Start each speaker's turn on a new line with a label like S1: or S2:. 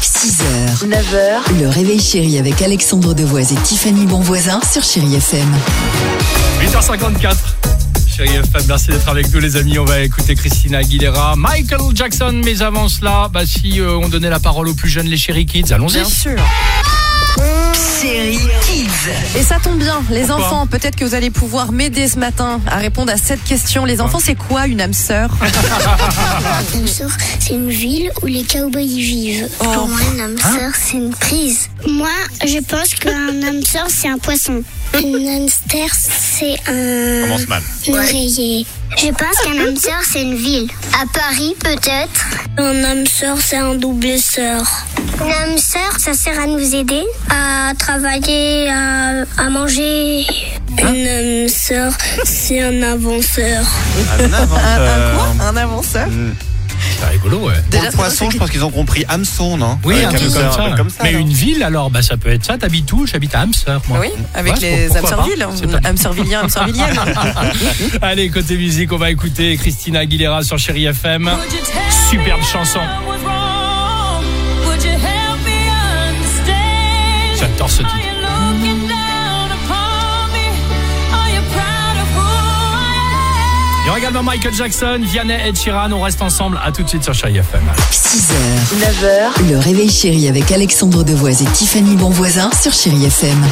S1: 6h, 9h, le réveil chéri avec Alexandre Devoise et Tiffany Bonvoisin sur Chérie FM.
S2: 8h54. Chérie FM, merci d'être avec nous les amis. On va écouter Christina Aguilera, Michael Jackson. Mais avant cela, bah, si euh, on donnait la parole aux plus jeunes, les chéri kids, allons-y.
S3: sûr.
S1: Chérie Kids.
S3: Et ça tombe bien, les
S2: Pourquoi
S3: enfants, peut-être que vous allez pouvoir m'aider ce matin à répondre à cette question. Les enfants, c'est quoi une âme sœur
S4: Sœur, c'est une ville où les cowboys y vivent. Pour moi, un âme sœur, c'est une prise. Moi, je pense qu'un âme sœur, c'est un poisson. Une hamster, c'est un
S5: Commence mal.
S4: oreiller. Je pense qu'un âme sœur, c'est une ville. À Paris, peut-être. Un âme sœur, c'est un double sœur. Une âme sœur, ça sert à nous aider, à travailler, à, à manger. Une âme sœur, c'est un avanceur.
S2: Ah,
S5: Un
S2: hein. Euh,
S5: inventeur.
S3: Un avanceur
S2: C'est rigolo, ouais.
S5: Euh, Pour le poisson, je pense qu'ils ont compris hameçon, non
S2: Oui,
S5: Avec
S2: un truc
S5: hamster,
S2: comme ça.
S5: un peu comme ça, hein.
S2: Mais
S5: non
S2: une ville, alors, bah, ça peut être ça. T'habites où J'habite à Hamster, moi.
S3: Oui, avec
S2: Ouais,
S3: les
S2: pourquoi
S3: âmes
S2: pas
S3: sœurvilles,
S2: C'est pas-
S3: âmes sœurvilliens, âmes sœurvilliennes.
S2: Allez, côté musique, on va écouter Christina Aguilera sur Chérie FM.
S6: Would you tell
S2: Superbe
S6: me
S2: chanson.
S6: I was wrong? Would you help me understand?
S2: J'adore ce
S6: Are
S2: titre.
S6: you looking down upon me? Are you proud of who I am?
S2: Il y aura également Michael Jackson, Vianney et Sheeran. On reste ensemble. À tout de suite sur Chérie FM.
S1: 6h, 9h, le réveil chéri avec Alexandre Devoise et Tiffany Bonvoisin sur Chérie FM.